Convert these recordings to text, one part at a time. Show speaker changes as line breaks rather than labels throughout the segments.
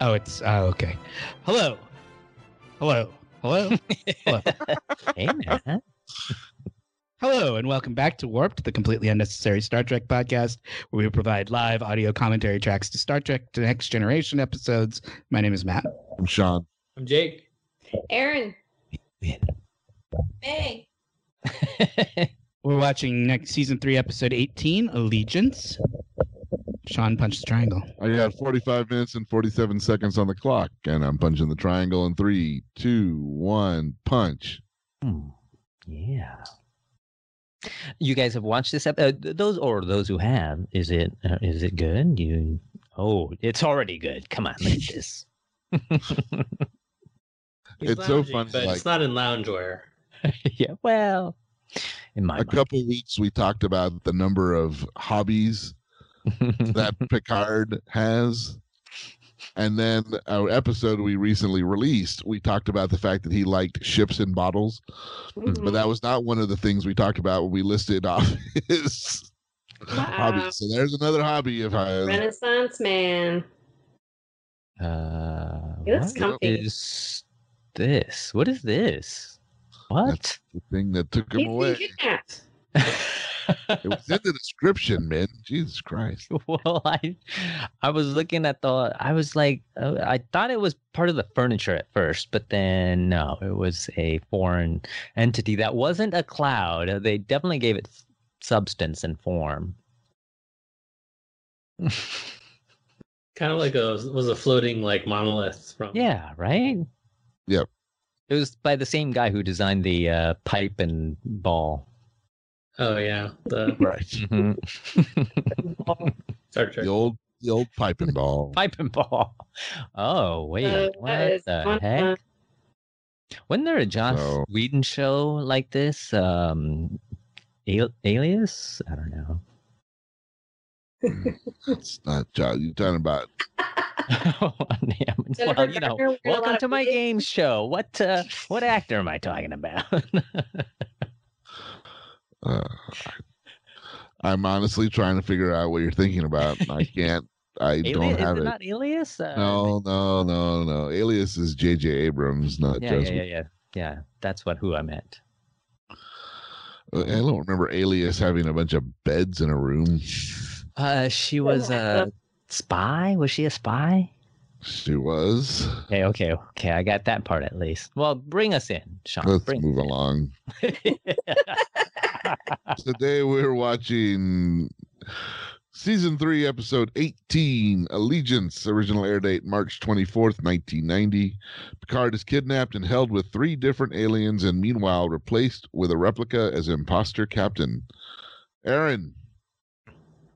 Oh, it's oh, okay. Hello, hello, hello, hello,
Hey, man.
hello, and welcome back to Warped, the completely unnecessary Star Trek podcast, where we provide live audio commentary tracks to Star Trek: The Next Generation episodes. My name is Matt.
I'm Sean.
I'm Jake.
Aaron.
Yeah.
May.
We're watching next season three, episode eighteen, Allegiance. Sean punched the triangle.
I got 45 minutes and 47 seconds on the clock, and I'm punching the triangle in three, two, one, punch.
Hmm. yeah. You guys have watched this episode. Uh, those or those who have, is it uh, is it good? You oh, it's already good. Come on, look at this.
He's
It's so
lounging,
funny,
but
like-
it's not in loungewear.
yeah, well, in my
A couple weeks we talked about the number of hobbies
mind.
that Picard has. And then our episode we recently released, we talked about the fact that he liked ships and bottles,
Mhm.
Mm-hmm. but that was not one of the things we talked about when we listed off his
Wow.
hobbies. So there's another hobby of his.
Renaissance man.
uh,
It looks
what
comfy.
is this? What is this? What?
The thing that took him
He's
away.
been kidnapped.
It was in the description, man. Jesus Christ.
well, I I was looking at the I was like uh, I thought it was part of the furniture at first, but then no, it was a foreign entity that wasn't a cloud. Uh, They definitely gave it s- substance and form.
Kind of like a was a floating like monolith from
yeah, right?
Yep.
It was by the same guy who designed the uh, pipe and ball.
Oh yeah. The
Right.
Star Trek.
The old the old piping ball.
pipe and ball. Oh, wait.
So that
what
is
the
one
heck?
of-
Wasn't there a Joss
So-
Whedon show like this? Um, Al- Alias? I don't know.
It's not John. You're talking about
Oh, damn.
Jennifer
well, you know,
Garner, we're in a lot
welcome
of
to my
movies.
game show. What uh, what actor am I talking about?
uh, I'm honestly trying to figure out what you're thinking about. I can't I
Alias?
don't have
Is
it.
it not Alias? Uh,
No, no, no, no. Alias is JJ Abrams, not
Yeah,
just
yeah, yeah, yeah. Yeah, that's what who I meant.
I don't remember Alias having a bunch of beds in a room.
Uh, she was a spy. Was she a spy?
She was.
Okay, okay, okay. I got that part at least. Well, bring us in, Sean.
Let's
bring
move
us in.
along. Today we're watching season three, episode 18, Allegiance, original air date March 24th, 1990. Picard is kidnapped and held with three different aliens and meanwhile replaced with a replica as imposter captain. Aaron,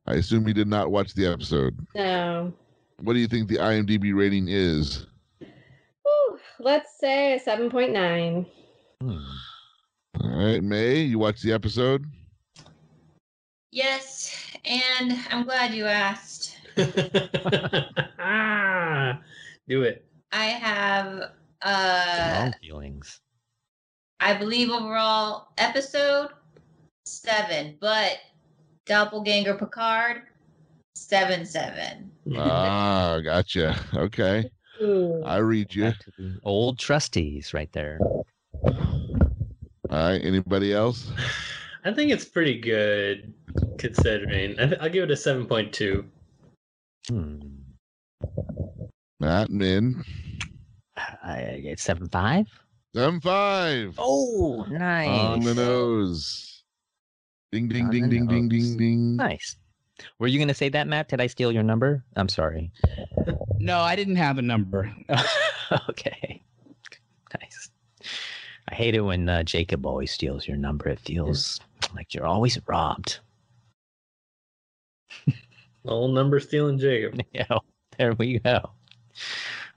I assume you did not watch the episode.
No.
What do you think the IMDb rating is?
Whew. Let's say a 7.9.
Hmm.
All right, May, you watched the episode?
Yes, and I'm glad you asked.
ah, do it.
I have,
Wrong
uh,
feelings.
I believe overall episode seven, but Doppelganger Picard seven seven.
ah, gotcha. Okay.
Ooh.
I read you.
Back to the Old trustees, right there.
All right. Anybody else?
I think it's pretty good considering. I th- I'll give it a seven point two.
Hmm.
Matt Min.
I get seven five.
Seven five.
Oh,
On the
nice,
nose. Ding ding
On
ding
the
ding ding ding
nose.
ding.
nice. Were you gonna say that, Matt? Did I steal your number? I'm sorry.
No, I didn't have a number.
okay, nice. I hate it when uh, Jacob always steals your number. It feels like you're always robbed.
All number stealing Jacob.
Yeah, there we go.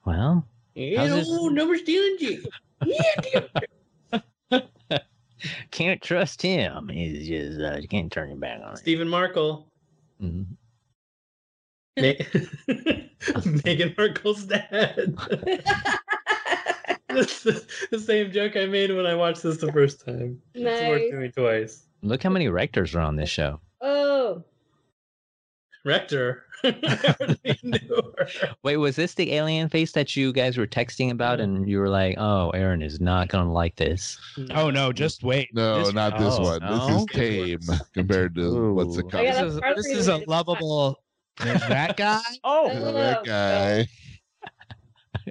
Well,
Yeah,
this-
old number stealing Jacob.
can't trust him. He's just uh, you can't turn your back on him.
Stephen Markle.
Mhm.
Ma- Meghan Markle's dad. That's the, the same joke I made when I watched this the first time. It's worth
Nice.
doing twice.
Look how many rectors are on this show.
Oh.
Rector. I already knew her.
Wait, was this the alien face that you guys were texting about and you were like, oh, Aaron is not going to like this?
Oh no, just wait.
No,
This-
not this
oh,
one.
no?
This is tame compared to what's
Ooh.
a cover.
I got
This
a
is,
part
this
for you
is
to
a
do.
lovable. There's that guy.
I
Oh,
love
that guy.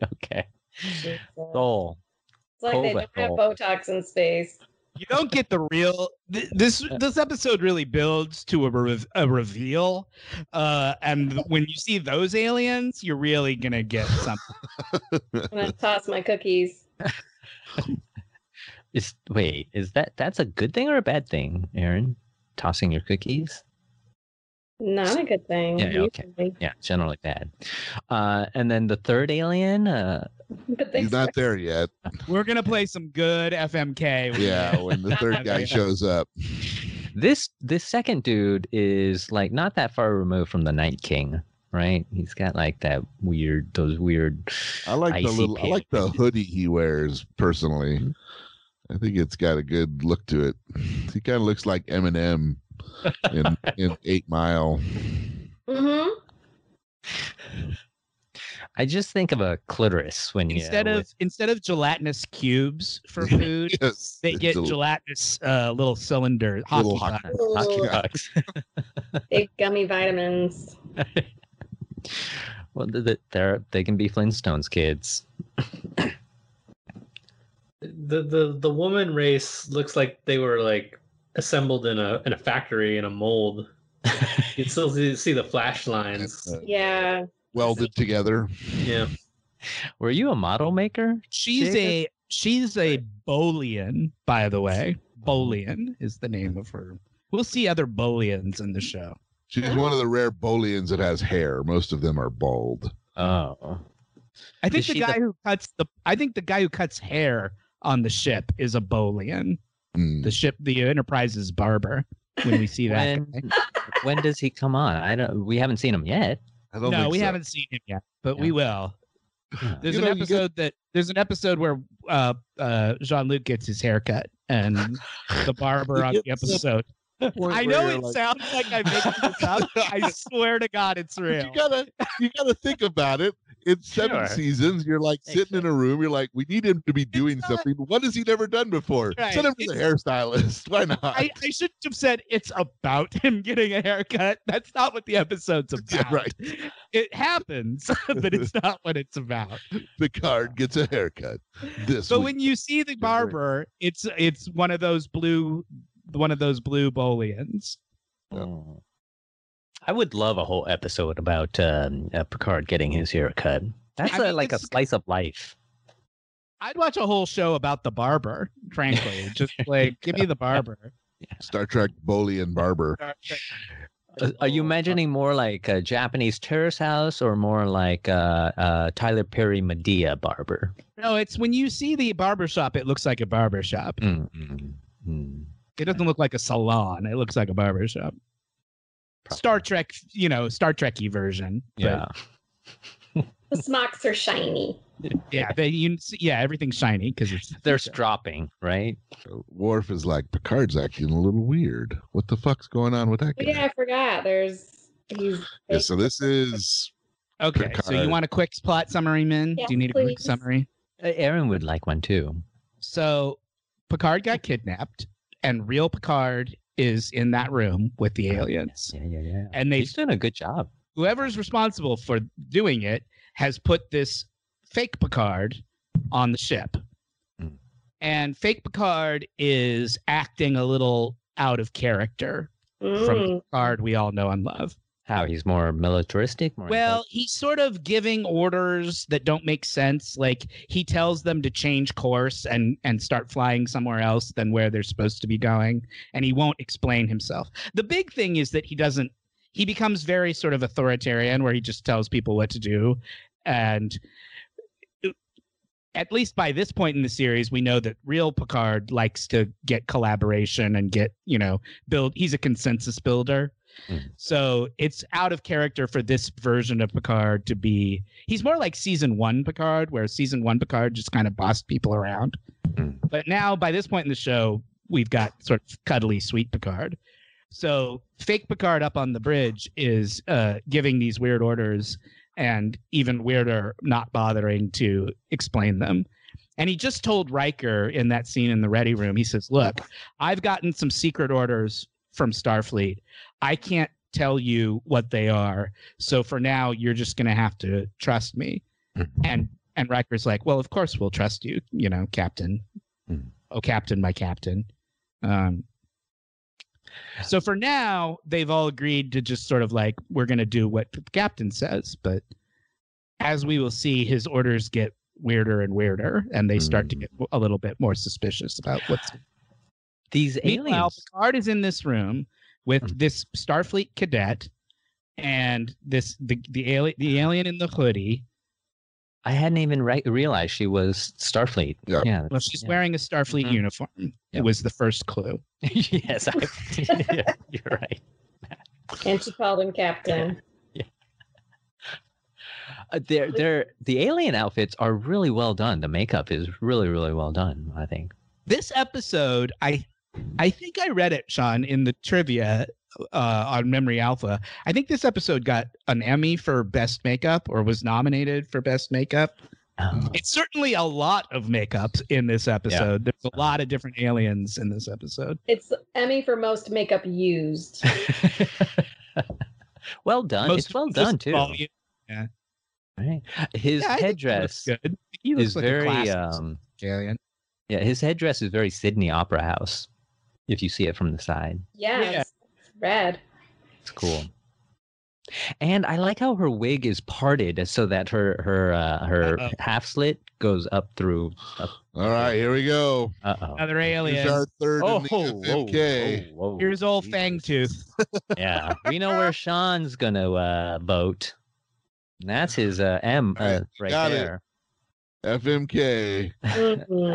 Okay.
Jesus.
Soul.
It's like they don't have
Kovac.
Botox in space.
You don't get the real. th- This this episode really builds to a, re- a reveal, uh, and when you see those aliens, you're really gonna get something.
I'm gonna toss my cookies.
Is wait, is that that's a good thing or a bad thing, Aaron? Tossing your cookies?
Not a good thing.
Yeah, yeah, okay.
usually.
Yeah, generally bad. Uh, and then the third alien, uh,
But they
He's not there yet.
We're gonna play some good FMK. when-
Yeah, when the third guy shows up.
this this second dude is like not that far removed from the Night King, right? He's got like that weird, those weird.
I like the
icy
little. I
pale-
like the hoodie he wears personally.
Mm-hmm.
I think it's got a good look to it. He kind of looks like Eminem in in Eight Mile.
Mm-hmm.
I just think of a clitoris when you
Instead of instead of gelatinous cubes for food,
Yes,
they
it's
get
a
gelatinous uh, little cylinder hockey
hockey
puck.
with hockey pucks.
Big gummy vitamins.
Well, th- th- they're they can be Flintstones kids.
the the the woman race looks like they were like assembled in a in a factory in a mold. You can still see, see the flash lines.
Yeah.
uh, welded together.
Yeah,
Were you a model maker?
She's a she's a Bolian, by the way. Bolian is the name of her. We'll see other Bolians in the show.
She's one of the rare Bolians that has hair. Most of them are bald.
Oh,
I think
Is
the
she the-
guy who cuts the I think the guy who cuts hair on the ship is a Bolian.
Mm.
The ship, the Enterprise's barber. When we see that,
When-
guy.
when does he come on? I don't. We haven't seen him yet.
I don't
no,
think
we
so.
haven't seen him yet, but we
Yeah.
will.
Oh,
There's
You
an
know, you get-
episode that there's an episode where uh, uh, Jean Luc gets his haircut and the barber on the episode. I know it sounds like I'm making this up. I swear to God, it's
But
real.
you gotta you gotta think about it. It's seven
Sure.
seasons. You're like sitting in a room. You're like, we need him to be doing
not-
something. What has he never done before?
Right.
Send him to the hairstylist. Why not?
I, I shouldn't have said it's about him getting a haircut. That's not what the episode's
Yeah,
about.
right.
It happens, but it's not what it's about.
Picard gets a haircut this
So
week.
when you see the barber, it's it's one of those blue one of those blue bolians.
Yeah.
Mm. I would love a whole episode about um, uh, Picard getting his haircut. That's
I
a,
mean,
like a
it's-
slice of life.
I'd watch a whole show about the barber, frankly. Just like give me the barber.
Star Trek Bolian Barber.
Uh, are you
Oh,
imagining more like a Japanese terrace house or more like uh, uh, Tyler Perry Medea barber?
No, it's when you see the barber shop, it looks like a barber shop.
Mm,
Mm-hmm.
mm, mm.
It doesn't look like a salon. It looks like a barber shop. Star Trek, you know, Star Trekky version. but
Yeah.
The smocks are shiny.
yeah, they, you, see- yeah, everything's shiny because it's
They're dropping, right?
Worf is like, Picard's acting a little weird. What the fuck's going on with that
Oh,
guy?
yeah, I forgot. There's he's
Yeah, so this is
okay. So you
Picard.
want a quick plot summary, Min?
Yes,
Do you need a quick
please.
summary?
Uh, Aaron would like one too.
So Picard got kidnapped, and real Picard is in that room with the aliens,
Yeah, yeah, yeah.
and they
He's doing a good job.
whoever's responsible for doing it has put this fake Picard on the ship.
Mm.
And fake Picard is acting a little out of character from the
Mm.
Picard we all know and love.
How he's more militaristic. More
Well, he's sort of giving orders that don't make sense. Like he tells them to change course and and start flying somewhere else than where they're supposed to be going, and he won't explain himself. The big thing is that he doesn't. He becomes very sort of authoritarian, where he just tells people what to do, and uh, at least by this point in the series, we know that real Picard likes to get collaboration and get you know build. He's a consensus builder.
Mhm.
So it's out of character for this version of Picard to be. He's more like season one Picard, where season one Picard just kind of bossed people around.
Mm.
But now, by this point in the show, we've got sort of cuddly, sweet Picard. So fake Picard up on the bridge is uh, giving these weird orders, and even weirder, not bothering to explain them. And he just told Riker in that scene in the ready room, he says, Look, I've gotten some secret orders from Starfleet. I can't tell you what they are. So for now, you're just going to have to trust me. And and Riker's like, Well, of course we'll trust you, you know, Captain.
Hmm.
Oh, Captain, my Captain. Um, so for now, they've all agreed to just sort of like, We're going to do what the Captain says. But as we will see, his orders get weirder and weirder, and they start to
Hmm.
get a little bit more suspicious about what's
These
Meanwhile,
aliens. Mm-hmm.
Picard is in this room with this Starfleet cadet and this the the alien the alien in the hoodie.
I hadn't even re- realized she was Starfleet.
Yeah.
Yeah.
Well, she's
yeah.
wearing a Starfleet
Mhm.
uniform.
Yeah.
It was the first clue.
yes, I, yeah, you're right.
And she called him Captain.
Uh, they're, they're, the alien outfits are really well done. The makeup is really, really well done, I think.
This episode, I I think I read it, Sean, in the trivia uh, on Memory Alpha. I think this episode got an Emmy for best makeup or was nominated for best makeup.
Oh,
It's certainly a lot of makeups in this episode. There's a lot of different aliens in this episode.
It's Emmy for most makeup used.
well done.
Mm. Most-
Uh, it's well
most
done, too.
volume-
Right. His
Yeah, I think he looks
headdress
good. He looks
is
like a
very,
classic
um,
alien.
yeah, his headdress is very Sydney Opera House if you see it from the side.
Yes.
Yeah.
It's red.
It's cool. And I like how her wig is parted so that her her uh, her
Uh-oh.
half slit goes up through.
All right, here we go.
Uh oh.
Another
Here's
alien.
our third in the
whoa,
FMK.
whoa, whoa.
Here's old
Jesus.
Fang Tooth.
yeah, we know where Sean's gonna uh, vote. And That's his uh, M
All right,
uh, right
got it.
there.
FMK.
Mhm.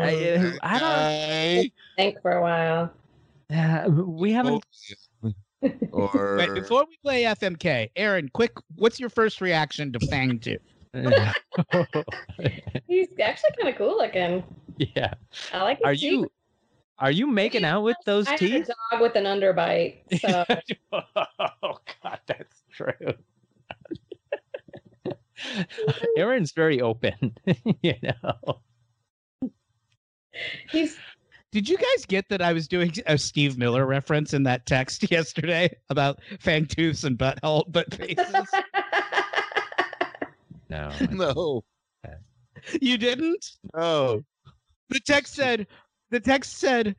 I, uh, I don't.
Guy
Think for a while.
Uh, we haven't.
oh, or
Wait, before we play FMK, Aaron, quick, what's your first reaction to Fang Tooth?
He's actually kind of cool looking.
yeah.
I like his
Are
teeth.
you? Are you making out with those
I had a
teeth?
dog with an underbite. So
oh God, that's true. Aaron's very open, you know.
he's
Did you guys get that I was doing a Steve Miller reference in that text yesterday about Fang Tooths and butthole butt faces?
No,
no,
you didn't?
no.
The text said, the text said,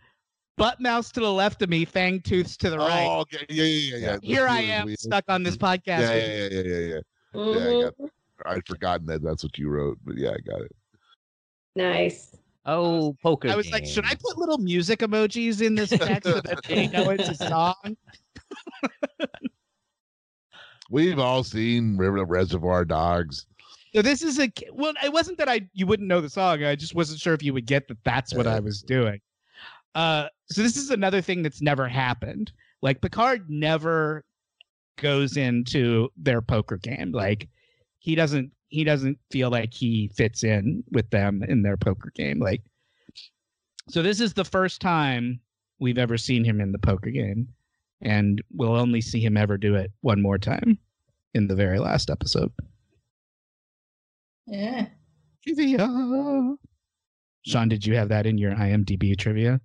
butt mouse to the left of me, Fang Tooths to the right.
Oh, okay. yeah, yeah, yeah, yeah. This
Here I
was
am
weird.
stuck on this podcast.
Yeah,
with
yeah, yeah, yeah, yeah.
Mhm.
got I'd forgotten that that's what you wrote, but yeah, I got it.
nice.
Oh, poker.
I was like, should I
games.
put little music emojis in this text so that they know it's a song?
We've all seen River Reservoir Dogs.
So this is a well. It wasn't that I you wouldn't know the song. I just wasn't sure if you would get that. That's what I was doing. Uh, so this is another thing that's never happened. Like Picard never goes into their poker game. Like he doesn't. He doesn't feel like he fits in with them in their poker game. Like so, this is the first time we've ever seen him in the poker game, and we'll only see him ever do it one more time in the very last episode.
Yeah.
Trivia. Sean, did you have that in your IMDb trivia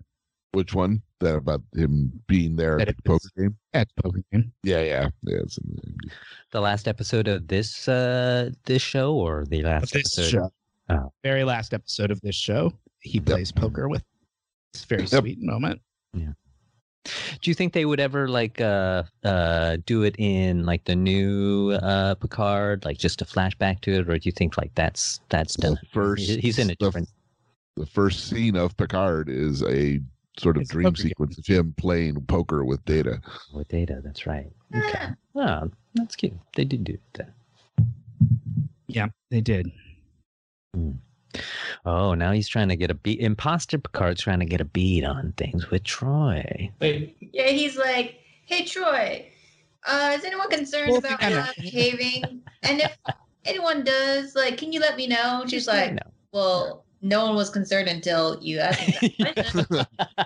Which one? That about him being there
That
at the
it
poker
was-
game?
at poker game?
Yeah, yeah, yeah. It's in the-
the last episode of this uh this show or the last episode? Oh.
Very last episode of this show, he plays poker with. It's a very
Yep.
sweet moment.
Do you think they would ever like uh uh do it in like the new uh Picard, like just a flashback to it, or do you think like that's that's
The
done?
first-
He- he's in a
the-
different.
the first scene of Picard is a sort of
It's a
dream
poker game.
sequence of him playing poker with Data.
With data, that's right. Okay. Oh, that's cute. They did do that.
Yeah, they did.
Oh, now he's trying to get a beat. Imposter Picard's trying to get a beat on things with Troy.
Wait,
Yeah, he's like, hey, Troy, uh, is anyone concerned
Well,
about
yeah.
how I'm behaving? And if anyone does, like, can you let me know? She's like, well, no one was concerned until you asked me that question."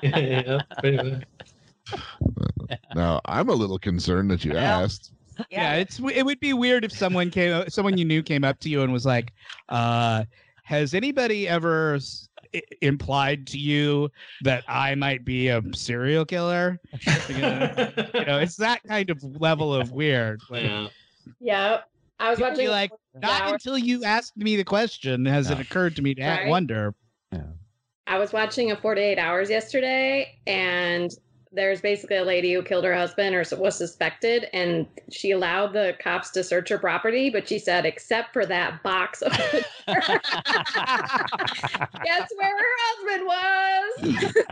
yeah, pretty much.
Now I'm a little concerned that you
Yeah.
asked.
Yeah, it's it would be weird if someone came someone you knew came up to you and was like, uh, "Has anybody ever s- i- implied to you that I might be a serial killer?" you know, you know, it's that kind of level of weird. Like,
yeah.
Yeah. I was
You'd be
watching
like, Not
Hour.
until you asked me the question has it
No.
occurred to me to a-
Right.
wonder.
I was watching a 48 hours yesterday and there's basically a lady who killed her husband or s- was suspected and she allowed the cops to search her property but she said except for that box over there, that's where her husband was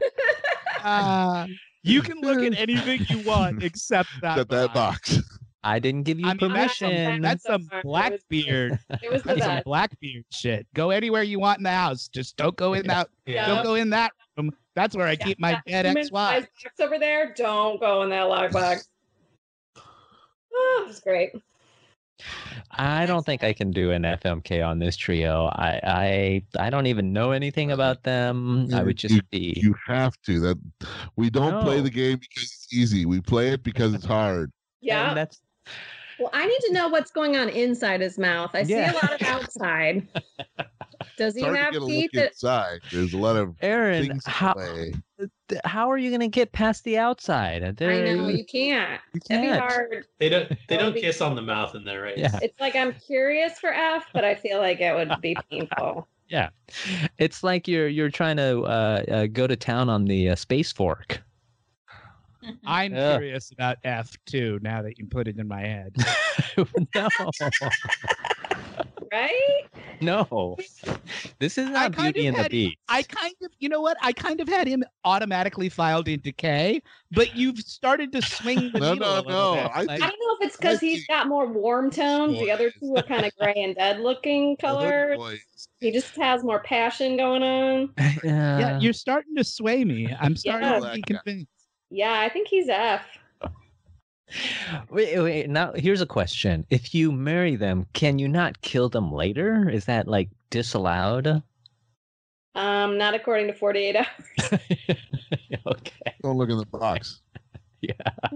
Uh, you can look at anything you want except that.
Got that box.
I didn't give you
I mean, that's some-
permission.
That's
I'm
some
sorry, it was-
Blackbeard
it was the
That's some
best
Blackbeard shit. Go anywhere you want in the house. Just don't go in that.
Yeah.
Don't go in that room. That's where I
Yeah,
keep my
that
dead
human-sized
ex-wife.
box over there don't go in that lockbox oh it's great
I don't think I can do an FMK on this trio. I I, I don't even know anything about them. I would just be
You have to. That we don't play
No.
the game because it's easy. We play it because it's hard.
yeah
And that's
Well, I need to know what's going on inside his mouth. I
Yeah.
see a lot of outside. Does he
It's hard to
have
get a
teeth?
look
That,
inside. There's a lot of
Aaron.
things to
How
play.
th- how are you gonna get past the outside? Uh,
I
There-
know you can't.
you
That'd be
can't.
hard.
They don't they
That
don't
would be-
kiss on the mouth in their race.
Yeah.
It's like I'm curious for F, but I feel like it would be painful.
Yeah, it's like you're you're trying to uh, uh, go to town on the uh, space fork.
I'm
Yeah.
curious about F too. Now that you put it in my head,
no,
Right?
no, this is
I
not
kind
Beauty
of
and the
had-
Beast.
I kind of, you know what? I kind of had him automatically filed into K, but you've started to swing the
No,
needle
no,
a little
no.
bit.
I
Like,
I
think
don't know if it's because he's got more warm tones. The other two are kind of gray and dead looking
the hood
colors.
boys-
He just has more passion going on.
yeah,
yeah,
you're starting to sway me. I'm starting to
Yeah.
be
Black guy.
convinced.
Yeah, I think he's F.
wait, wait. Now, here's a question: If you marry them, can you not kill them later? Is that like disallowed?
Um, not according to 48 hours.
okay.
Don't look in the box.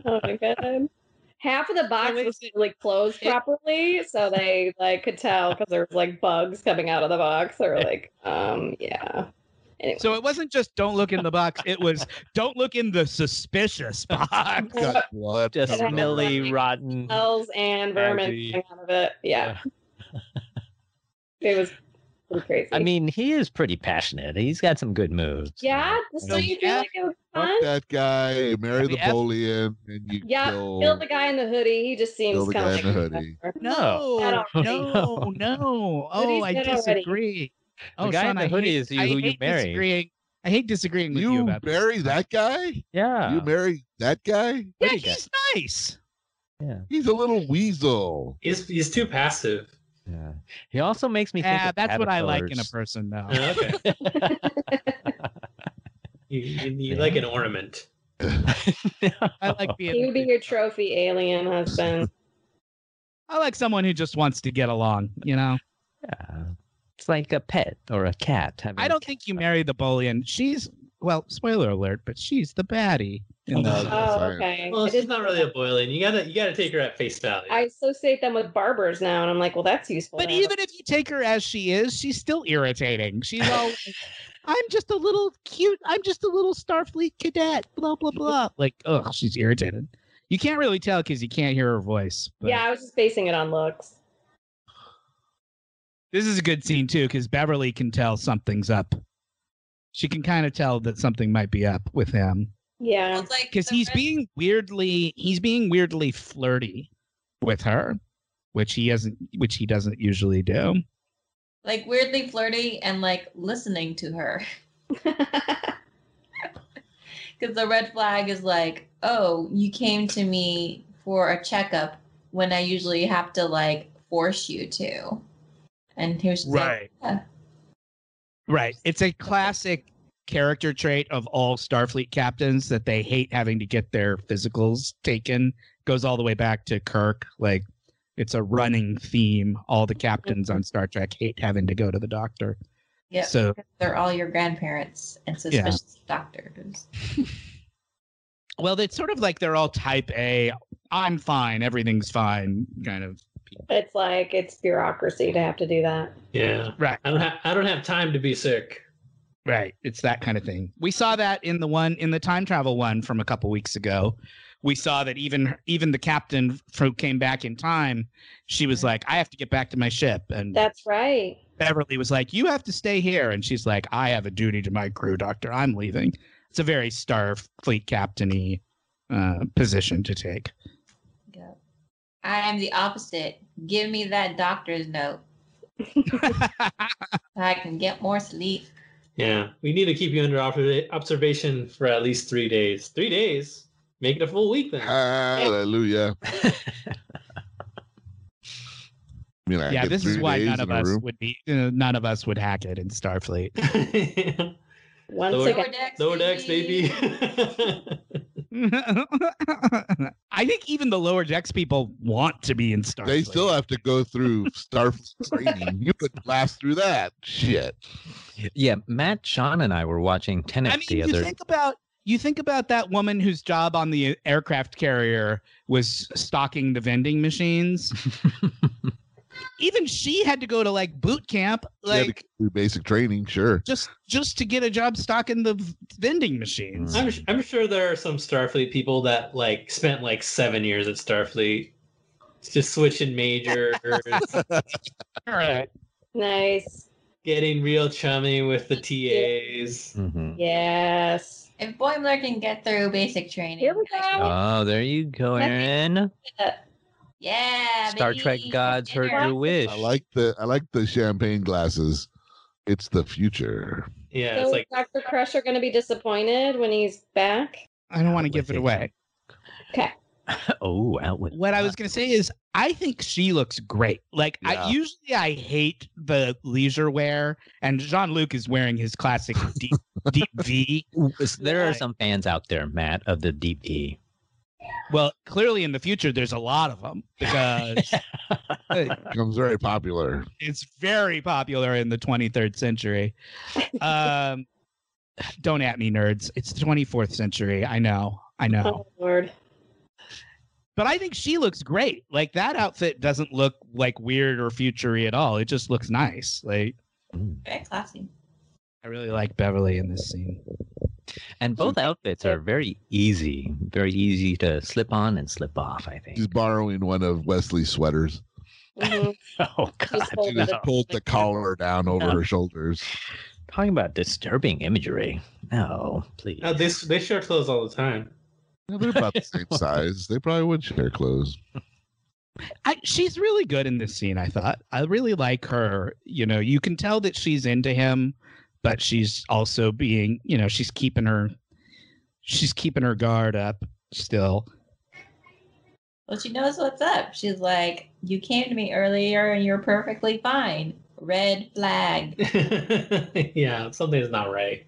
Oh my god. Half of the box
wait,
was like closed properly, so they like could tell because there was like bugs coming out of the box. They were like, um, yeah. Anyway,
So it wasn't just don't look in the box. It was don't look in the suspicious box.
Got blood.
Just
Covered
coming out.
milk.
smelly, rotten.
Oh,
smells and vermin
Ivy.
coming out of it. Yeah. it was pretty crazy.
I mean, he is pretty passionate. He's got some good moves.
yeah, so
Um,
you feel like it was
Fuck
fun.
that guy. You marry
Have
the
you ever-
Napoleon and you
Yeah,
kill,
Kill the guy in the hoodie. He just seems
the
kind
guy
of
in the hoodie.
No.
No, no,
No.
no.
Hoodie's
Oh, I
dead already.
disagree. Oh,
The guy in the
I
hoodie
hate-
is you-
I
who you
hate
marry.
disagreeing- I hate disagreeing with you,
You
about this.
marry that guy?
Yeah.
You marry that guy?
Yeah,
Pretty
he's nice.
He's a little weasel.
He's he's too passive.
yeah. He also makes me think.
Yeah,
of
that's what I like in a
caterpillars.
person, though.
Oh, okay. you you, you like an ornament.
I like
He
being.
would be your trophy alien husband.
I like someone who just wants to get along. You know,
Yeah. It's like a pet or a cat. mean,
I
a
don't
cat-
think you marry the bullion. She's well, spoiler alert, but she's the baddie. In
No,
the,
Oh,
Sorry.
okay.
Well,
I
it's
didn't
not
know
really
that.
a boiling. You gotta you gotta take her at face value.
I associate them with barbers now, and I'm like, well, that's useful.
but
now.
even if you take her as she is, she's still irritating. She's all, I'm just a little cute. I'm just a little Starfleet cadet. Blah blah blah. Like, ugh, she's irritated. You can't really tell because you can't hear her voice. But
yeah, I was just basing it on looks.
this is a good scene too because Beverly can tell something's up. She can kind of tell that something might be up with him.
Yeah,
It's like
because
the
he's
red-
being weirdly he's being weirdly flirty with her which he hasn't which he doesn't usually do
like weirdly flirty and like listening to her because the red flag is like, oh, you came to me for a checkup when I usually have to like force you to. And he was just like,
right it's a classic character trait of all starfleet captains that they hate having to get their physicals taken goes all the way back to kirk like it's a running theme all the captains on star trek hate having to go to the doctor
yep,
so
they're all your grandparents and suspicious doctors.
Well, it's sort of like they're all type A. I'm fine. Everything's fine. Kind of.
It's like it's bureaucracy to have to do that.
Yeah.
Right.
I don't have I don't have time to be sick.
Right. It's that kind of thing. We saw that in the one in the time travel one from a couple weeks ago. We saw that even even the captain who came back in time, she was like, "I have to get back to my ship," and
That's right.
Beverly was like, "You have to stay here," and she's like, "I have a duty to my crew, Doctor. I'm leaving." It's a very Starfleet captainy uh, position to take.
Yeah. I am the opposite. Give me that doctor's note so I can get more sleep.
Yeah. We need to keep you under observa- observation for at least three days. Three days? Make it a full week then.
Uh. Hallelujah. I mean, I
yeah,
get
this is
three
why
days
none
in
of
a
us
room.
would be you know, none of us would hack it in Starfleet.
Once
Lower-
again,
Lower decks, baby.
I think even the lower decks people want to be in Starfleet.
They still have to go through Starfleet training. You could blast through that shit.
Yeah, Matt, Sean, and I were watching Tenet
I mean,
the
you
other.
think about you think about that woman whose job on the aircraft carrier was stocking the vending machines. Even she had to go to like boot camp,
They had
like
to go through basic training, sure.
just just to get a job stocking the v- vending machines.
I'm, s- I'm sure there are some Starfleet people that like spent like seven years at Starfleet, just switching majors,
All right.
nice.
getting real chummy with the TAs.
Mhm.
Yes.
If Boimler can get through basic training.
Here we go.
I-
Oh, there you go,
Let me-
Aaron.
Yeah.
Star Trek
baby,
gods heard
dinner.
your wish.
I like the I like the champagne glasses. It's the future.
Yeah,
So
it's
is
like
Dr. Crusher going to be disappointed when he's back?
I don't want to give it away.
Wicked. Oh, out with
What I
that.
was going to say is I think she looks great. Like
Yeah.
I usually I hate the leisure wear and Jean-Luc is wearing his classic deep deep V
Ooh, is- There are
Right.
some fans out there, Matt, of the deep E.
Well, clearly in the future, there's a lot of them because
Becomes very popular.
it's very popular in the 23rd century. Um, don't at me, nerds. It's the 24th century. I know. I know.
Oh, Lord.
But I think she looks great. Like that outfit doesn't look like weird or futury at all. It just looks nice. Like
Very classy.
I really like Beverly in this scene.
And both outfits are very easy, very easy to slip on and slip off, I think.
She's borrowing one of Wesley's sweaters.
Mhm.
Oh, God.
Just pulled
She
it
just
up.
pulled the collar down over
Yeah.
her shoulders.
Talking about disturbing imagery. No, please.
oh, they s- they share clothes all the time.
Yeah, they're about the same size. They probably would share clothes.
I, she's really good in this scene. I thought I really like her. You know, you can tell that she's into him, but she's also being, you know, she's keeping her, she's keeping her guard up still.
Well, she knows what's up. She's like, You came to me earlier and you're perfectly fine. Red flag.
yeah, something's not right.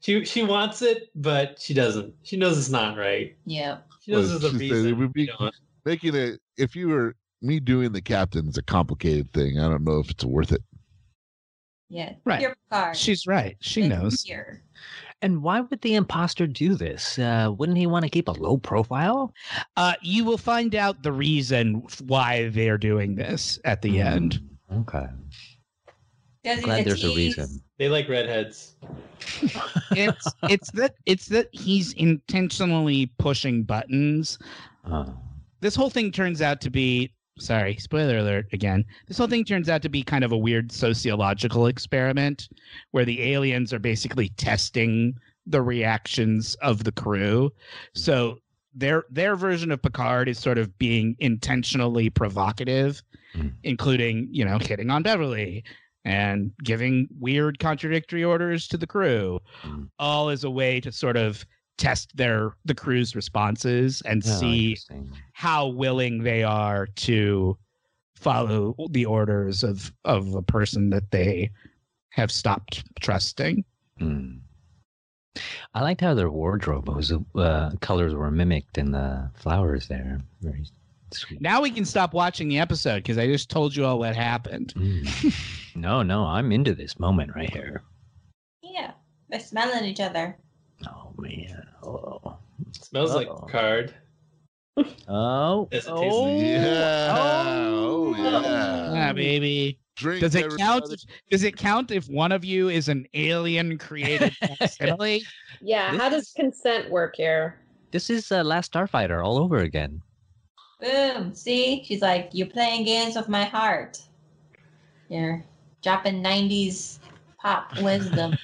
She she wants it, but she doesn't. She knows it's not right.
Yeah.
She knows
Well,
there's a
she said it
reason.
would be-
you know.
Making it if you were me doing the captain is a complicated thing. I don't know if it's worth it.
Yeah.
Right. Mm-hmm.
Your card.
She's right. She
It's
knows.
Here.
And why would the imposter do this? Uh, wouldn't he want to keep a low profile?
Uh, you will find out the reason why they're doing this at the end.
Hmm, Okay.
Does he
Glad
get
there's a
teased?
reason.
They like redheads.
It's it's that it's that he's intentionally pushing buttons
Uh,
this whole thing turns out to be sorry spoiler alert again this whole thing turns out to be kind of a weird sociological experiment where the aliens are basically testing the reactions of the crew so their their version of picard is sort of being intentionally provocative
Hmm.
including you know hitting on beverly and giving weird contradictory orders to the crew
Hmm.
all as a way to sort of test their the crew's responses and
oh,
see
interesting.
how willing they are to follow the orders of of a person that they have stopped trusting.
Hmm. I liked how their wardrobe was, uh, colors were mimicked in the flowers there. Very sweet.
Now we can stop watching the episode because I just told you all what happened.
Mm. no, no, I'm into this moment right here.
Yeah. They're smelling each other.
Oh man. Oh.
smells
Uh-oh.
like card.
Oh,
Yes, it tastes like-
oh,
yeah.
oh.
Oh, yeah.
Ah, baby.
Drink
Does it count?
everybody.
Does it count if one of you is an alien created facsimile?
Yeah.
This
how does
is-
consent work here?
This is uh, Last Starfighter all over again.
Boom. See? She's like, you're playing games with my heart. You're dropping 90s pop wisdom.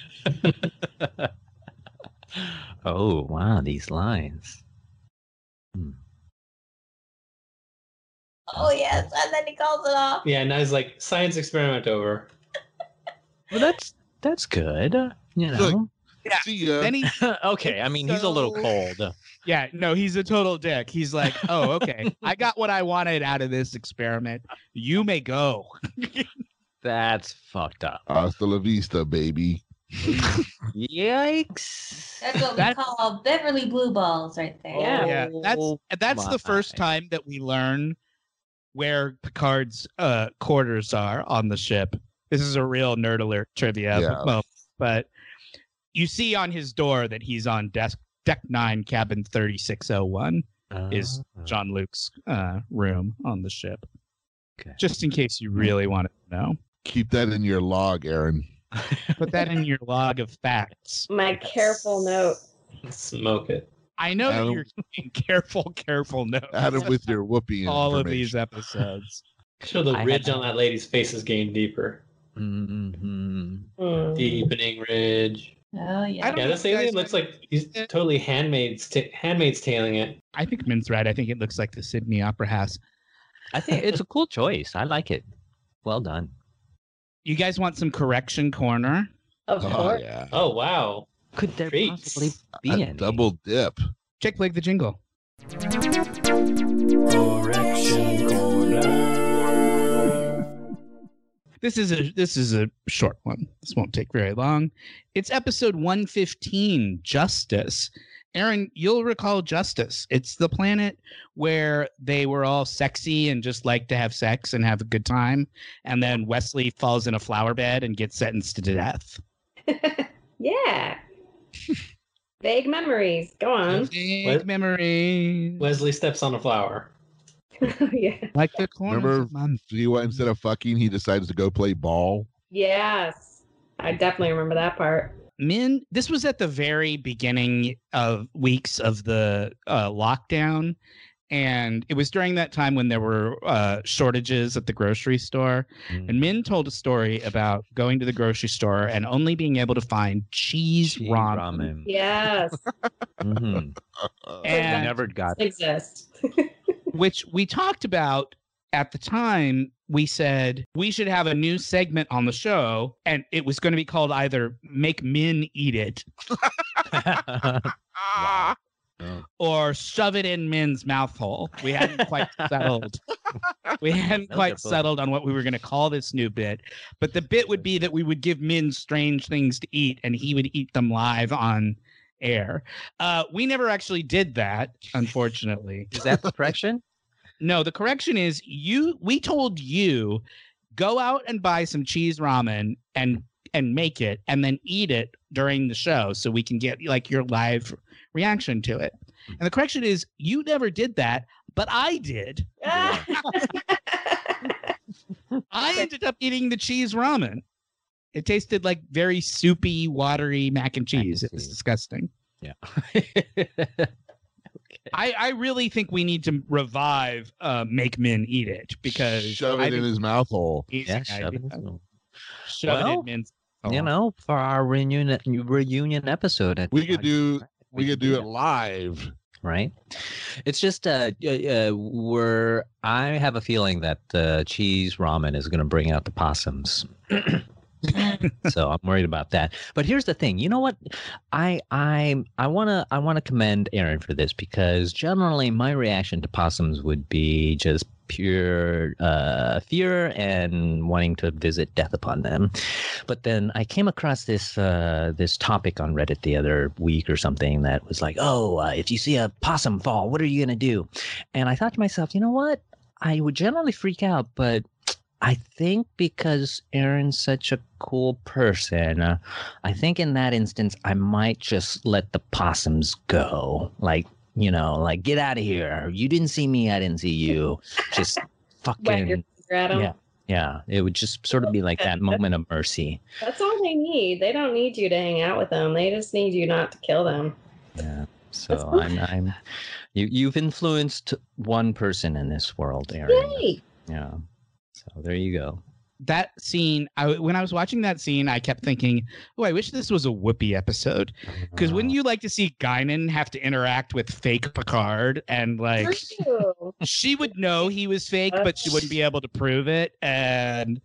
oh wow, these lines.
oh, yes. And then he calls it off.
Yeah, and I was like, science experiment over.
Well, that's that's good. You
Look.
know.
Yeah.
See ya.
then he,
okay, I mean he's a little
So-
cold.
yeah, no, he's a total dick. He's like, oh, okay, I got what I wanted out of this experiment. You may go.
That's fucked up.
Hasta la vista, baby.
Yikes.
That's what
That-
we call Beverly Blue Balls right there.
Yeah.
yeah, that's
Oh
that's the first
my.
time that we learn where Picard's uh, quarters are on the ship. This is a real nerd alert trivia
Yeah.
moment, but you see on his door that he's on desk deck nine, cabin thirty six oh one, Is
Ah.
John Luke's uh, room on the ship.
Okay.
Just in case you really want to know,
Keep that in your log, Aaron.
put that in your log of facts.
My careful note.
Smoke it.
I know that
Adam-
you're keeping careful, careful notes.
Add him with your whoopee.
all of
information.
these episodes.
Sure, the
I had
ridge
that.
on that lady's face is getting deeper.
Mhm.
Hmm.
Deepening ridge.
Oh,
I
yeah.
don't
Yeah,
know
this
if you guys
alien looks
like-
like he's totally handmaid's ta- handmaid's tailing it.
I think Min's right. I think it looks like the Sydney Opera House.
I think it's a cool choice. I like it. Well done.
You guys want some correction corner?
Of
Oh,
course.
yeah.
Oh wow.
Could there
Treats.
possibly be
A
any?
double dip.
Jake, play the jingle. This is a this is a short one. This won't take very long. It's episode 115, Justice. Aaron, you'll recall Justice. It's the planet where they were all sexy and just like to have sex and have a good time. And then Wesley falls in a flower bed and gets sentenced to death.
Yeah. Vague memories. Go on.
Vague
Wes-
memory.
Wesley steps on a flower.
yeah.
like the corners
Remember-
of my-
See what? Instead of fucking, he decides to go play ball.
Yes. I definitely remember that part.
Min, this was at the very beginning of weeks of the uh, lockdown. And it was during that time when there were uh, shortages at the grocery store.
Mm.
And Min told a story about going to the grocery store and only being able to find cheese,
Cheese
ramen.
ramen. Mm-hmm.
Yes.
Mhm.
And
Never got it.
Exist.
which we talked about at the time. We said we should have a new segment on the show, and it was going to be called either Make Min Eat It
Wow.
or Shove It in Min's Mouth Hole. We hadn't quite settled. We hadn't
Those are
quite
both-
settled on what we were going to call this new bit, but the bit would be that we would give Min strange things to eat, and he would eat them live on air. Uh, we never actually did that, unfortunately.
Is that the correction?
No, the correction is you. We told you go out and buy some cheese ramen and and make it and then eat it during the show so we can get like your live reaction to it.
Hmm.
And the correction is you never did that, but I did.
Ah.
I ended up eating the cheese ramen. It tasted like very soupy, watery mac and
and
cheese. It was
cheese.
disgusting.
Yeah.
I, I really think we need to revive uh, Make Men Eat It because
shove
I
it in
think
his mouth hole.
it's an
yeah,
easy
shove it
idea.
in his-
Shove it in
Well,
men's
You
Oh.
hole.
know, for our reunion reunion episode, at
We could do we could do
that.
it live.
right? It's just uh, uh, uh, we're. I have a feeling that uh, cheese ramen is going to bring out the possums. so I'm worried about that. But here's the thing. You know what? I I I want to I want to commend Aaron for this because generally my reaction to possums would be just pure uh, fear and wanting to visit death upon them. But then I came across this uh, this topic on Reddit the other week or something that was like, "Oh, uh, if you see a possum fall, what are you going to do?" And I thought to myself, "You know what? I would generally freak out, but I think because Aaron's such a cool person, uh, I think in that instance, I might just let the possums go. Like, you know, like get out of here. You didn't see me, I didn't see you. Just
Wet your
fucking
finger at 'em.
yeah. Yeah, it would just sort of be like that moment of mercy.
That's all they need. They don't need you to hang out with them. They just need you not to kill them.
Yeah. So I'm, I'm, you, you've influenced one person in this world, Aaron.
Yay!
Yeah. So there you go.
that scene I, when i was watching that scene i kept thinking oh i wish this was a whoopi episode because wouldn't you like to see guinan have to interact with fake picard and like
True.
she would know he was fake but she wouldn't be able to prove it and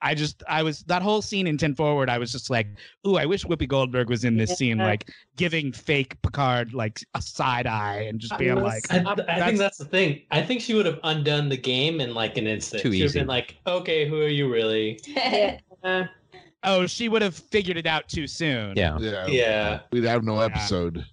i just i was that whole scene in 10 forward i was just like ooh i wish whoopi goldberg was in this scene
Yeah.
like giving fake picard like a side eye and just being
Uh,
like
I, I
That's-
think that's the thing. I think she would have undone the game in like an instant.
Too
she would have
easy.
been like, okay, who are you really?
Yeah. Uh,
oh she would have figured it out too soon
Uh, Yeah.
Yeah.
Yeah.
We'd have no
Yeah.
episode.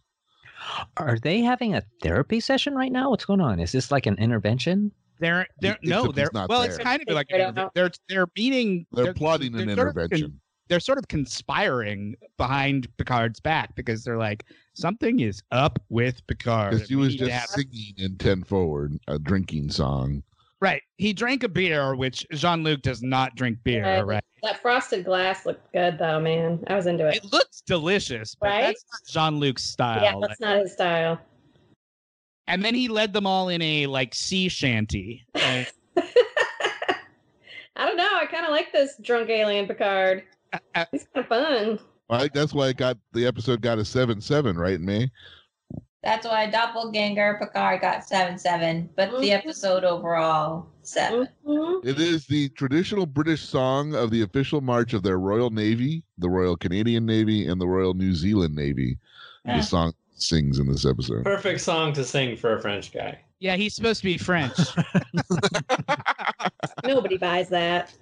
Are they having a therapy session right now? What's going on? Is this like an intervention?
They're they're
Except
no
he's
they're
not
well it's
there.
kind of like an
Figure it
interve-
out.
they're they're meeting
They're plotting an
they're sort of con-
intervention.
they're sort of conspiring behind Picard's back because they're like something is up with Picard.
Because he
We
was
need to
just
have-
singing in 10 Forward, a drinking song.
right. He drank a beer, which Jean Luc does not drink beer.
Right.
Right.
that frosted glass looked good though, man. I was into it.
It looks delicious, but
Right?
that's not Jean Luc's style.
yeah, that's not his style.
and then he led them all in a like sea shanty. Like,
I don't know. I kind of like this drunk alien Picard.
I- I-
He's kind of fun.
I think that's why it got the episode got a 7 7, right, May?
That's why Doppelganger Picard got seven seven, but the episode overall seven.
Mhm.
It is the traditional British song of the official march of their Royal Navy, the Royal Canadian Navy, and the Royal New Zealand Navy.
Yeah.
The song sings in this episode.
Perfect song to sing for a French guy.
yeah, he's supposed to be French,
Nobody buys that.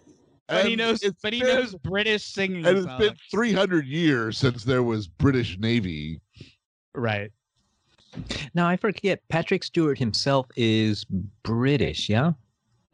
but he
And
knows
it's
but he
been-
knows British singing
And it's been
songs.
300 years since there was British Navy.
right.
Now I forget. Patrick Stewart himself is British. Yeah.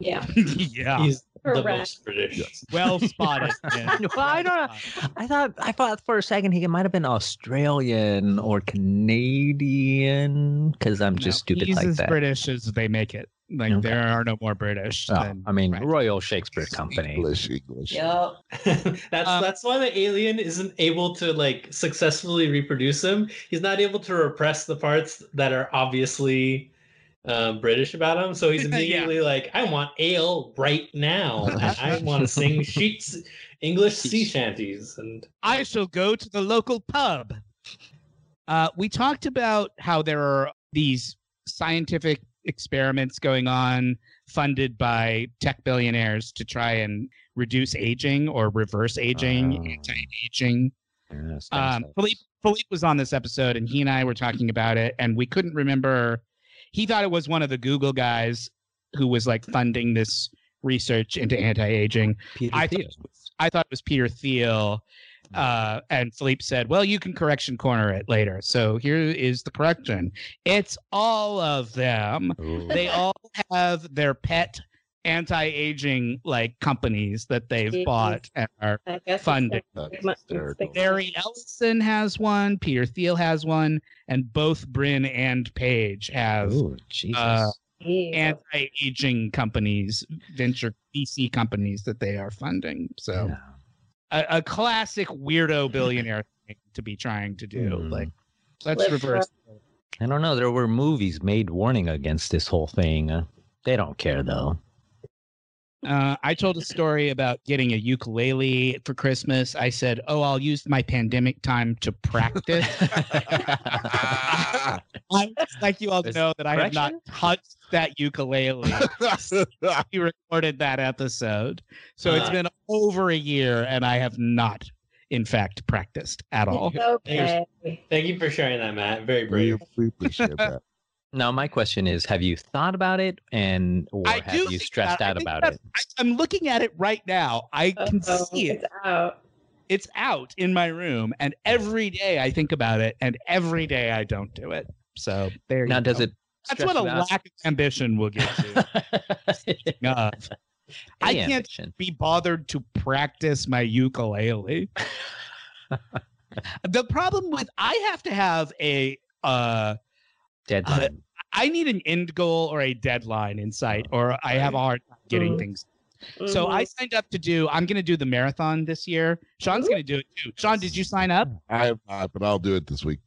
Yeah.
yeah.
He's the
Correct.
most British.
Well spotted. man.
Well, I don't know. I thought I thought for a second he might have been Australian or Canadian because I'm just
No,
stupid
he's
like
as
that.
British as they make it. Like
Okay.
there are no more British.
Oh,
than
I mean,
French.
Royal Shakespeare Company.
English, English.
Yup.
that's
Um,
that's why the alien isn't able to like successfully reproduce him. He's not able to repress the parts that are obviously uh, British about him. So he's
Yeah.
immediately like, "I want ale right now. and I want to sing sheets English sea shanties." And
I shall go to the local pub. Uh, we talked about how there are these scientific experiments going on funded by tech billionaires to try and reduce aging or reverse aging,
Oh.
anti-aging.
Yeah, stem
Um,
cells.
Philippe, Philippe was on this episode, and he and I were talking about it, and we couldn't remember. He thought it was one of the Google guys who was like funding this research into anti-aging.
Peter
I thought,
Thiel.
I thought it was Peter Thiel. Uh, and Philippe said, "Well, you can correction corner it later." So here is the correction: it's all of them.
Oh,
Ooh.
They all have their pet anti-aging like companies that they've
Jeez.
bought and are
I guess.
Fun.
it's-
That's
It's- it's-
hysterical.
Barry Ellison has one, Peter Thiel has one, and both Bryn and Page have
Ooh, Jesus.
uh,
Jeez.
anti-aging companies, venture VC companies that they are funding. So
Yeah.
a, a classic weirdo billionaire thing to be trying to do.
Mhm.
Like let's
Let's
reverse.
I don't know. There were movies made warning against this whole thing. Uh, they don't care though.
Uh, I told a story about getting a ukulele for Christmas. I said, "Oh, I'll use my pandemic time to practice."
I
I like you all
Is-
know that I have not
correction?
touched that ukulele. we recorded that episode. So it's
Ah.
Uh.
been over a year and I have not, in fact, practiced at all.
It's okay.
thank you for sharing that, Matt. Very
we,
brave.
we appreciate that.
Now my question is: Have you thought about it, and or
I do
have you
think
stressed
that- I
out
think
about
that's-
it?
I, I'm looking at it right now. I can
Uh-oh,
see it.
It's out.
It's out in my room. And every day I think about it and every day I don't do it. So there
Now,
you
does
go.
it?
That's
stress
what a
you out?
lack of ambition will get you. Enough. I
Any
can't-
ambition.
be bothered to practice my ukulele. the problem with I have to have a uh
Deadline.
I need an end goal or a deadline in sight, or I have a hard time getting
Mm-hmm.
Mhm.
things. So I signed up to do. I'm going to do the marathon this year. Sean's going to do it too. Sean, did you sign up?
I have not, but I'll do it this week.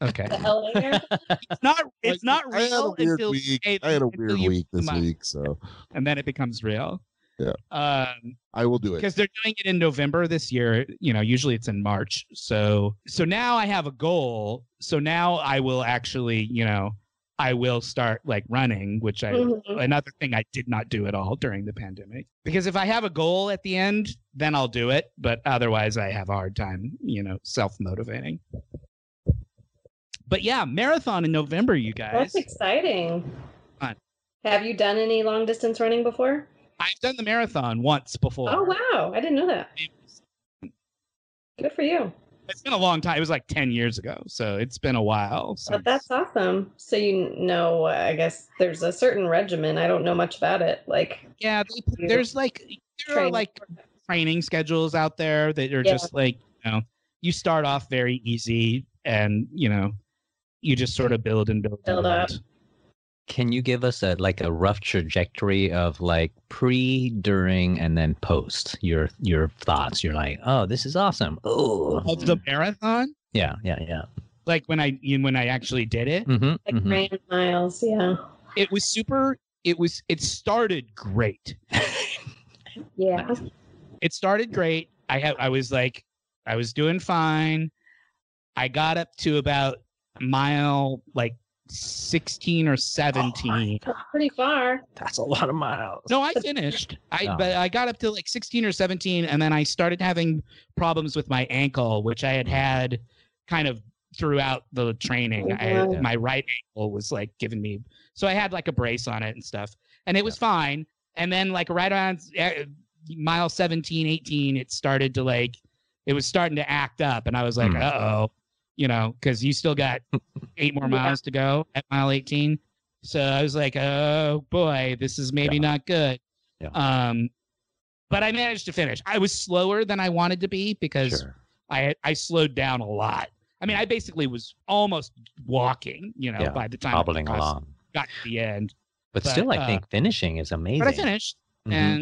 Okay.
The LA marathon?
It's not. It's
Like,
not
I had a
real
weird
until
week.
hey,
I had a
until
weird
you
week this
come up,
week, so
and then it becomes real.
Yeah.
Um,
I will do it.
because they're doing it in November this year. You know, usually it's in March. So so now I have a goal. So now I will actually, you know, I will start like running, which I
Mhm.
another thing I did not do at all during the pandemic. Because if I have a goal at the end, then I'll do it. But otherwise, I have a hard time, you know, self motivating. But yeah, marathon in November, you guys.
That's exciting.
Fun.
Have you done any long distance running before?
I've done the marathon once before.
Oh wow, I didn't know that. Good for you.
It's been a long time. It was like ten years ago, so it's been a while.
But that's awesome. So you know, I guess there's a certain regimen. I don't know much about it. Like
Yeah, they, put-
Yeah.
there's like there are
Training.
like training schedules out there that are
Yeah.
just like you know you start off very easy and you know you just sort of build and build, and
Build up.
build.
Can you give us a like a rough trajectory of like pre, during, and then post your your thoughts? You're like, oh, this is awesome. Oh,
of the marathon.
yeah, yeah, yeah.
Like when I you- when I actually did it,
hmm
like
Mm-hmm.
grand miles, yeah.
it was super. It was it started great.
Yeah.
it started great. I had I was like I was doing fine. I got up to about mile like 16 or 17.
That's pretty far.
That's a lot of miles.
no, I finished. I
Oh.
but I got up to like 16 or 17 and then I started having problems with my ankle which I had had kind of throughout the training. I,
Yeah.
my right ankle was like giving me so I had like a brace on it and stuff and it was fine and then like right around uh, mile 17 18 it started to like it was starting to act up and i was like
Hmm.
uh-oh you know because you still got eight more
Yeah.
miles to go at mile 18 so i was like oh boy this is maybe
Yeah.
not good
Yeah.
um but i managed to finish i was slower than i wanted to be because
Sure.
i i slowed down a lot i mean i basically was almost walking you know
Yeah,
by the time I
Hobbling
crossed-
along,
got to the end
but,
But,
still, I
uh,
think finishing is amazing.
but i finished
Mhm.
and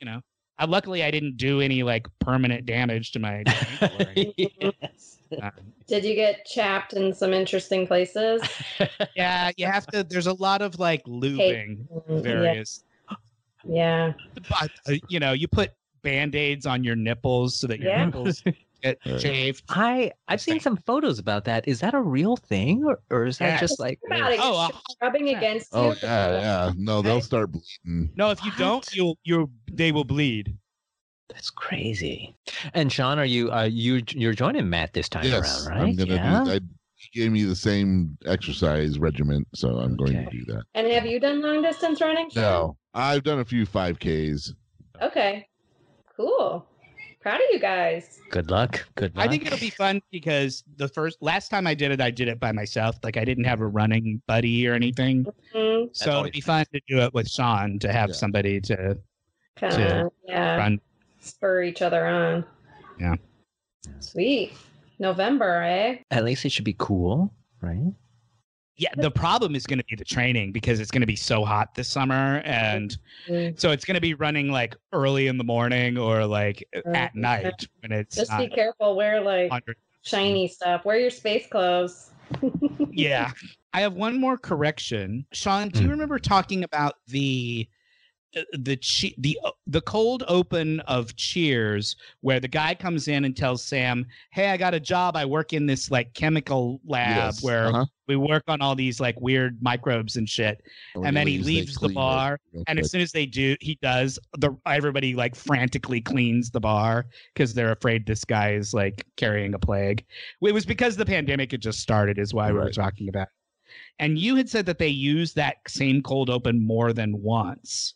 you know I, luckily i didn't do any like permanent damage to my ankle or anything.
Mm-hmm. Yes.
Um,
Did you get chapped in some interesting places?
yeah you have to there's a lot of like lubing
Mm,
various
Yeah.
but, uh, you know you put band-aids on your nipples so that your
Yeah.
nipples get
Right.
shaved
I I've seen some photos about that. Is that a real thing, or, or is that
Yeah.
just like
Think about it.
Oh,
It's just rubbing
yeah.
against you.
Oh yeah, yeah. No, they'll
Right.
start bleeding.
no if you don't you'll you'll they will bleed
that's crazy? And Sean, are you are you you're joining Matt this time
yes,
around, right?
I'm gonna
yeah.
do. I, he gave me the same exercise regiment, so I'm going to
Okay.
do that.
And have you done long distance running? Sean?
No, I've done a few 5Ks.
Okay. Cool. Proud of you guys.
Good luck. Good luck.
i think it'll be fun because the first last time i did it i did it by myself like i didn't have a running buddy or anything
Mm,
so it'll
always
be fun to do it with sean to have
Yeah.
somebody to
kind
Yeah.
of, yeah.
run
Spur each other on.
Yeah.
Sweet. November, eh?
At least it should be cool, right?
Yeah, the problem is going to be the training because it's going to be so hot this summer, and
Mm.
so it's going to be running like early in the morning or like
Right.
at night when it's
Just be
not
careful. Wear like
100.
shiny stuff. Wear your space clothes.
Yeah, I have one more correction, Sean. Do you
Hmm.
remember talking about the uh, the che- the uh, the cold open of Cheers where the guy comes in and tells Sam, "Hey, I got a job. I work in this like chemical lab
Yes,
where
uh-huh.
we work on all these like weird microbes and shit."
when
and then he
they
E leaves the
clean it
bar,
real
And
quick.
as soon as they do, he does. The everybody like frantically cleans the bar because they're afraid this guy is like carrying a plague. It was because the pandemic had just started, is why we were
Right.
talking about. it. And you had said that they use that same cold open more than once.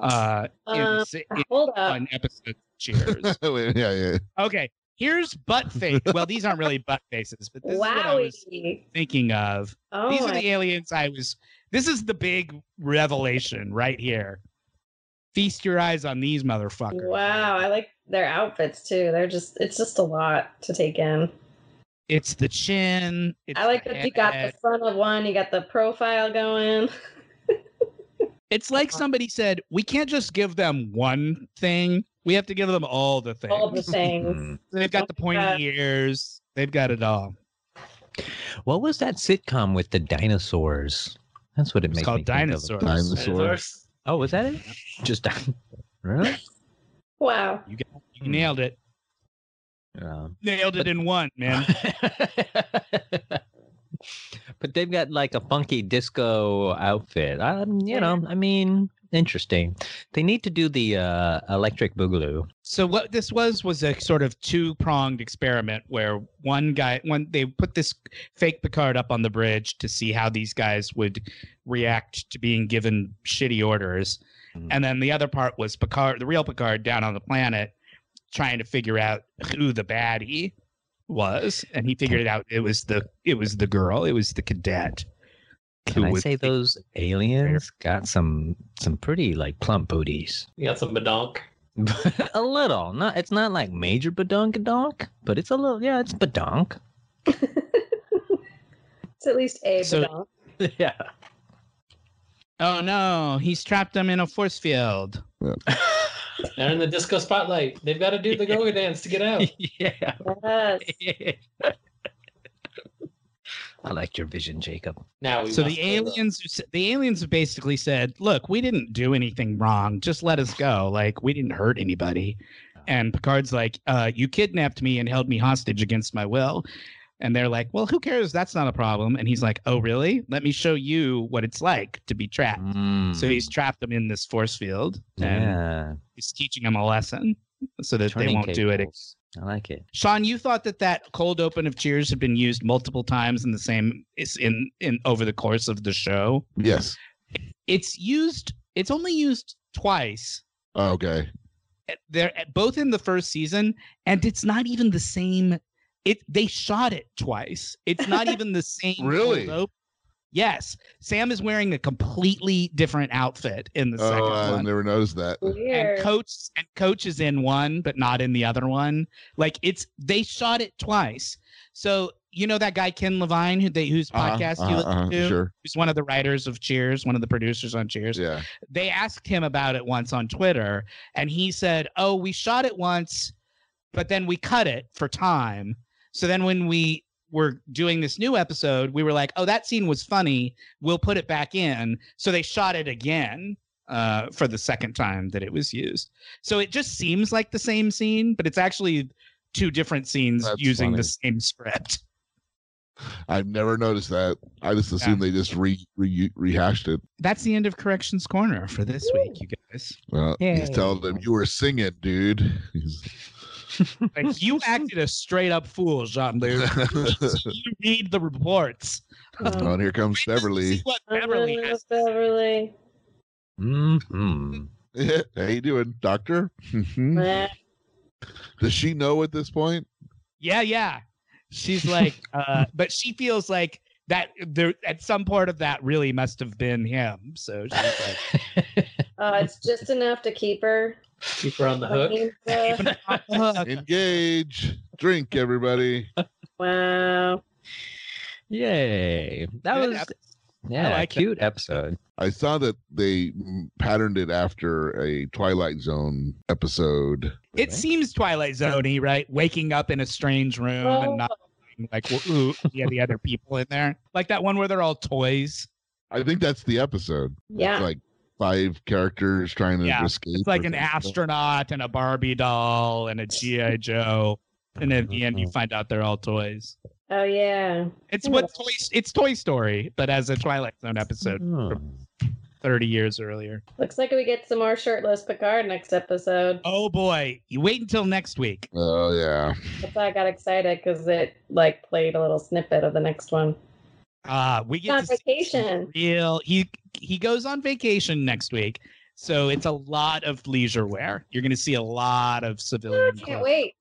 Uh, in,
Um,
s- in
Hold up.
one episode. Cheers.
Wait, yeah, yeah.
okay, here's butt face. Well, these aren't really butt faces, but this is what I was
Wowie.
thinking of.
Oh,
These are
my-
the aliens I was. This is the big revelation right here. Feast your eyes on these motherfuckers.
wow. I like their outfits too. They're just, it's just a lot to take in.
It's the chin. It's
I like that you got the
head.
front of one, you got the profile going.
It's like
Uh-huh.
somebody said, we can't just give them one thing. We have to give them all the things.
All the things.
Hmm.
They've got the pointy ears. They've got it all.
What was that sitcom with the dinosaurs? That's what it
It's
makes
called
me think of.
Dinosaurs.
Dinosaur.
Oh, was that it? Just di- really?
Wow.
You, got, you
Hmm.
nailed it.
Um,
Nailed it in one, man.
but they've got like a funky disco outfit. Um, you know, I mean, interesting. They need to do the uh, electric boogaloo.
So what this was was a sort of two pronged experiment where one guy when they put this fake Picard up on the bridge to see how these guys would react to being given shitty orders,
Mhm.
and then the other part was Picard, the real Picard, down on the planet trying to figure out who the baddie was, and he figured it out. It was the it was the girl. It was the cadet.
Can
who
I
was
say
the-
those aliens got some some pretty like plump booties?
You got some badonk.
a little. Not it's not like major badonkadonk, but it's a little. Yeah, it's badonk.
It's at least a
So-
badonk.
yeah.
Oh no, he's trapped them in a force field.
They're in the disco spotlight. They've got to do the go-go dance to get out.
yeah.
Yes.
I liked your vision, Jacob.
Now we
So
must
the
go, though.
aliens, the aliens have basically said, "Look, we didn't do anything wrong. Just let us go. Like we didn't hurt anybody." And Picard's like, uh, "You kidnapped me and held me hostage against my will." And they're like, "Well, who cares? That's not a problem." And he's like, "Oh, really? Let me show you what it's like to be trapped." Ah, So he's trapped them in this force field, and
Mm. yeah.
he's teaching them a lesson so that they
Turning
won't do it.
cables. I like it.
Sean, you thought that that cold open of Cheers had been used multiple times in the same is in in over the course of the show
Yes.
it's used it's only used twice
Okay.
they're both in the first season and it's not even the same it they shot it twice it's not even the same cold
Really?
op- yes sam is wearing a completely different outfit in the second
Oh, I
one
never noticed that.
Weird.
and coach and coach is in one but not in the other one like it's they shot it twice so you know that guy ken levine who they whose
Uh-huh,
podcast you
uh-huh,
listen
uh-huh,
to
Sure.
who's one of the writers of cheers one of the producers on cheers
Yeah.
they asked him about it once on Twitter, and he said, "Oh, we shot it once, but then we cut it for time. So then when we were doing this new episode, we were like, "Oh, that scene was funny. We'll put it back in." So they shot it again uh, for the second time that it was used. So it just seems like the same scene, but it's actually two different scenes
That's
using
funny.
the same script.
I've never noticed that. I just assumed they just re, re rehashed it.
That's the end of Corrections Corner for this week, you guys.
Well, he's
Yay.
telling them you were singing, dude. He's-
Like you acted a straight up fool, Jean Luc. you read the reports.
oh, and here comes Beverly.
See what
Oh,
Beverly has.
Beverly.
hmm
How you doing, Doctor? Mhm.
Meh.
Does she know at this point?
Yeah, yeah. She's like, uh, but she feels like that there at some part of that really must have been him. So she's like,
Oh, it's just enough to keep her.
Keep her on the hook.
Keep her-
"Off the hook."
Engage. Drink, everybody.
wow.
Yay. That
Good
was
ep-
yeah,
like that.
cute episode.
I saw that they mm, patterned it after a Twilight Zone episode.
it seems Twilight Zoney, right? Waking up in a strange room
Oh.
and not being like, well, ooh, yeah, the other people in there, like that one where they're all toys.
I think that's the episode.
Yeah.
Like five characters trying to
Yeah,
escape.
It's like
or
an
something.
astronaut and a Barbie doll and a GI Joe, and then at the
Mm-hmm.
end you find out they're all toys.
Oh, yeah.
It's what Toy it's Toy Story, but as a Twilight Zone episode
Hmm.
Mm-hmm.
thirty years earlier.
Looks like we get some more shirtless Picard next episode.
Oh boy, you wait until next week.
Oh yeah.
That's why I got excited because it like played a little snippet of the next one.
Uh we get
On
to see some
vacation.
real. He he goes on vacation next week, so it's a lot of leisure wear. You're going to see a lot of civilian.
Oh, Can't
clothes.
wait.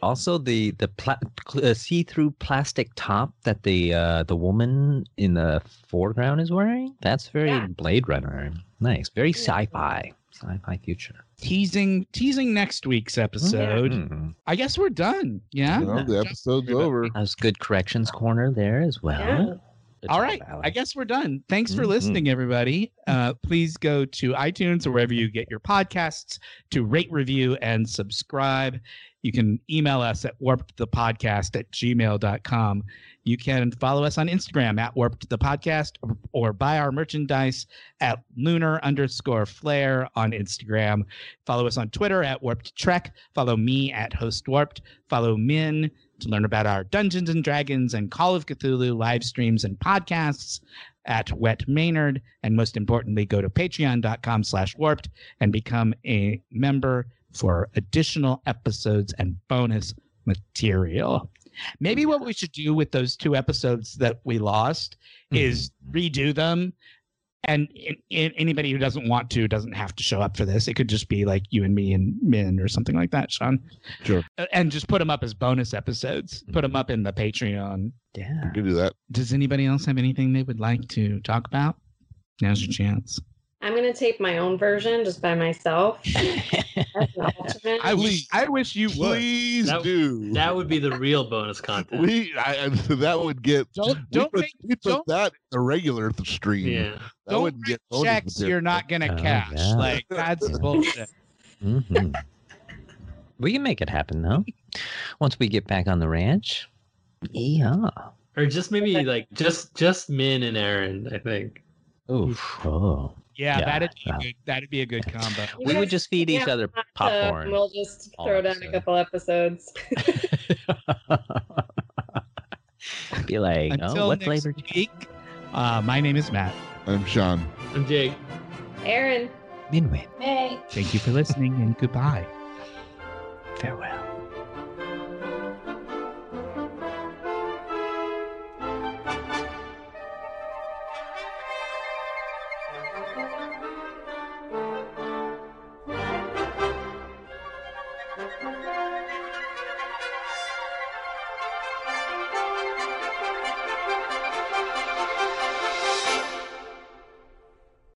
Also, the the pla- cl- uh, see-through plastic top that the uh, the woman in the foreground is wearing—that's very
Yeah.
Blade Runner. Nice, very
Yeah.
sci-fi, sci-fi future.
teasing teasing next week's episode.
Mhm.
I guess we're done. Yeah.
Well, the episode's
Yeah.
over.
That was good corrections corner there as well.
Yeah.
Good
All
job,
right. I
Alex.
guess we're done. Thanks for
Mhm.
listening, everybody. Uh, please go to iTunes or wherever you get your podcasts to rate, review, and subscribe. You can email us at warpedthepodcast at gmail.com. You can follow us on Instagram at warpedthepodcast or, or buy our merchandise at lunar underscore flare on Instagram. Follow us on Twitter at warped trek. Follow me at host warped. Follow Min to learn about our Dungeons and Dragons and Call of Cthulhu live streams and podcasts at Wet Maynard. And most importantly, go to patreon.com slash warped and become a member for additional episodes and bonus material. Maybe what we should do with those two episodes that we lost is redo them. And in, in, anybody who doesn't want to doesn't have to show up for this. It could just be like you and me and Min or something like that, Sean Uh, and just put them up as bonus episodes. Put them up in the Patreon.
Yeah.
You can do that.
Does anybody else have anything they would like to talk about? Now's your chance.
I'm going to tape my own version just by myself. As an alternate.
I wish.
Please.
I wish you would.
Please
That-
do.
That would be the real bonus content.
we I, I- that would get
Don't
we
don't
put,
make
we put
don't-
that in the regular th- stream.
yeah.
That
don't
wouldn't
write
get bonus
checks
material.
you're not gonna
Oh,
cash.
yeah.
Like that's bullshit.
Mhm. we can make it happen though. Once we get back on the ranch. Yeah.
Or just maybe like just just Min and Aaron, I think.
Oof. Oh.
Yeah,
Yeah,
that'd be a
yeah.
good, that'd be a good combo.
You
We
guys
would just feed each
Yeah,
other
So
popcorn.
uh, we'll just
All
throw down a
episode.
couple episodes.
Be like, oh,
Until
what
next
flavor? do you-
week. Uh, my name is Matt.
I'm Sean.
I'm Jake.
Aaron.
Minwit.
May.
Thank you for listening and goodbye.
Farewell.